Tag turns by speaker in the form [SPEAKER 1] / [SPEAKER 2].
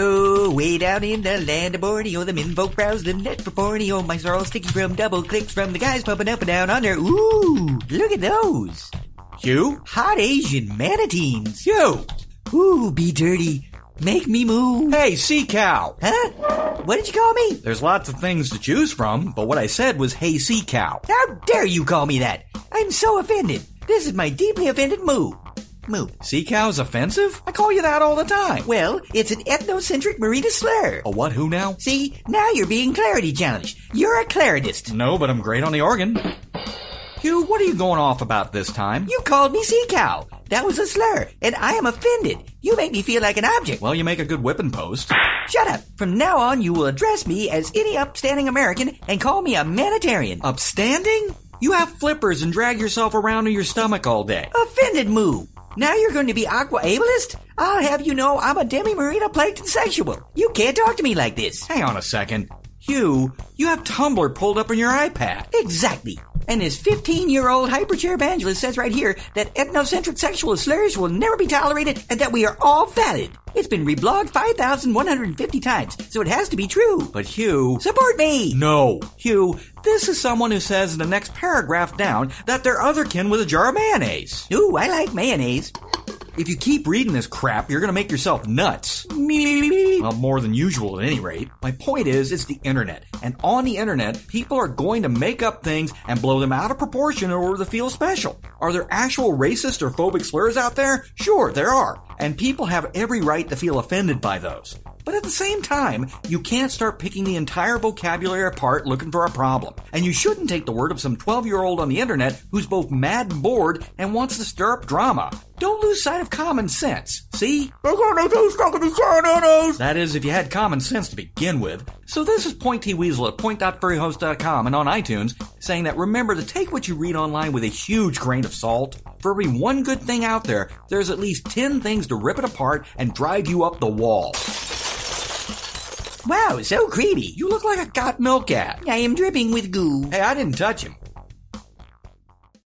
[SPEAKER 1] Oh, way down in the land of Borneo, the Minfolk browse the net for Borneo. My sorrel sticky from double clicks from the guys pumping up and down under. Ooh, look at those.
[SPEAKER 2] You?
[SPEAKER 1] Hot Asian manateens.
[SPEAKER 2] You!
[SPEAKER 1] Ooh, be dirty. Make me move.
[SPEAKER 2] Hey, sea cow!
[SPEAKER 1] Huh? What did you call me?
[SPEAKER 2] There's lots of things to choose from, but what I said was hey, sea cow.
[SPEAKER 1] How dare you call me that? I'm so offended. This is my deeply offended moo. Moo.
[SPEAKER 2] Sea cow's offensive? I call you that all the time.
[SPEAKER 1] Well, it's an ethnocentric marina slur.
[SPEAKER 2] A what who now?
[SPEAKER 1] See, now you're being clarity challenged. You're a claritist.
[SPEAKER 2] No, but I'm great on the organ. You, what are you going off about this time?
[SPEAKER 1] You called me sea cow. That was a slur, and I am offended. You make me feel like an object.
[SPEAKER 2] Well, you make a good whipping post.
[SPEAKER 1] Shut up. From now on, you will address me as any upstanding American and call me a humanitarian.
[SPEAKER 2] Upstanding? You have flippers and drag yourself around on your stomach all day.
[SPEAKER 1] Offended moo. Now you're going to be aqua ableist? I'll have you know I'm a demi marina plankton sexual. You can't talk to me like this.
[SPEAKER 2] Hang on a second. Hugh, you have Tumblr pulled up on your iPad.
[SPEAKER 1] Exactly. And this 15 year old hyperchair evangelist says right here that ethnocentric sexual slurs will never be tolerated and that we are all valid. It's been reblogged 5,150 times, so it has to be true.
[SPEAKER 2] But Hugh,
[SPEAKER 1] Support me!
[SPEAKER 2] no. Hugh, this is someone who says in the next paragraph down that their other kin was a jar of mayonnaise.
[SPEAKER 1] Ooh, I like mayonnaise.
[SPEAKER 2] If you keep reading this crap, you're gonna make yourself nuts. Well, more than usual at any rate. My point is, it's the internet. And on the internet, people are going to make up things and blow them out of proportion in order to feel special. Are there actual racist or phobic slurs out there? Sure, there are. And people have every right to feel offended by those. But at the same time, you can't start picking the entire vocabulary apart looking for a problem. And you shouldn't take the word of some 12 year old on the internet who's both mad and bored and wants to stir up drama. Don't lose sight of common sense. See? That is, if you had common sense to begin with. So this is Point T Weasel at point.furryhost.com and on iTunes saying that remember to take what you read online with a huge grain of salt. For every one good thing out there, there's at least 10 things to rip it apart and drive you up the wall.
[SPEAKER 1] Wow, so creepy.
[SPEAKER 2] You look like a got milk cat.
[SPEAKER 1] I am dripping with goo.
[SPEAKER 2] Hey, I didn't touch him.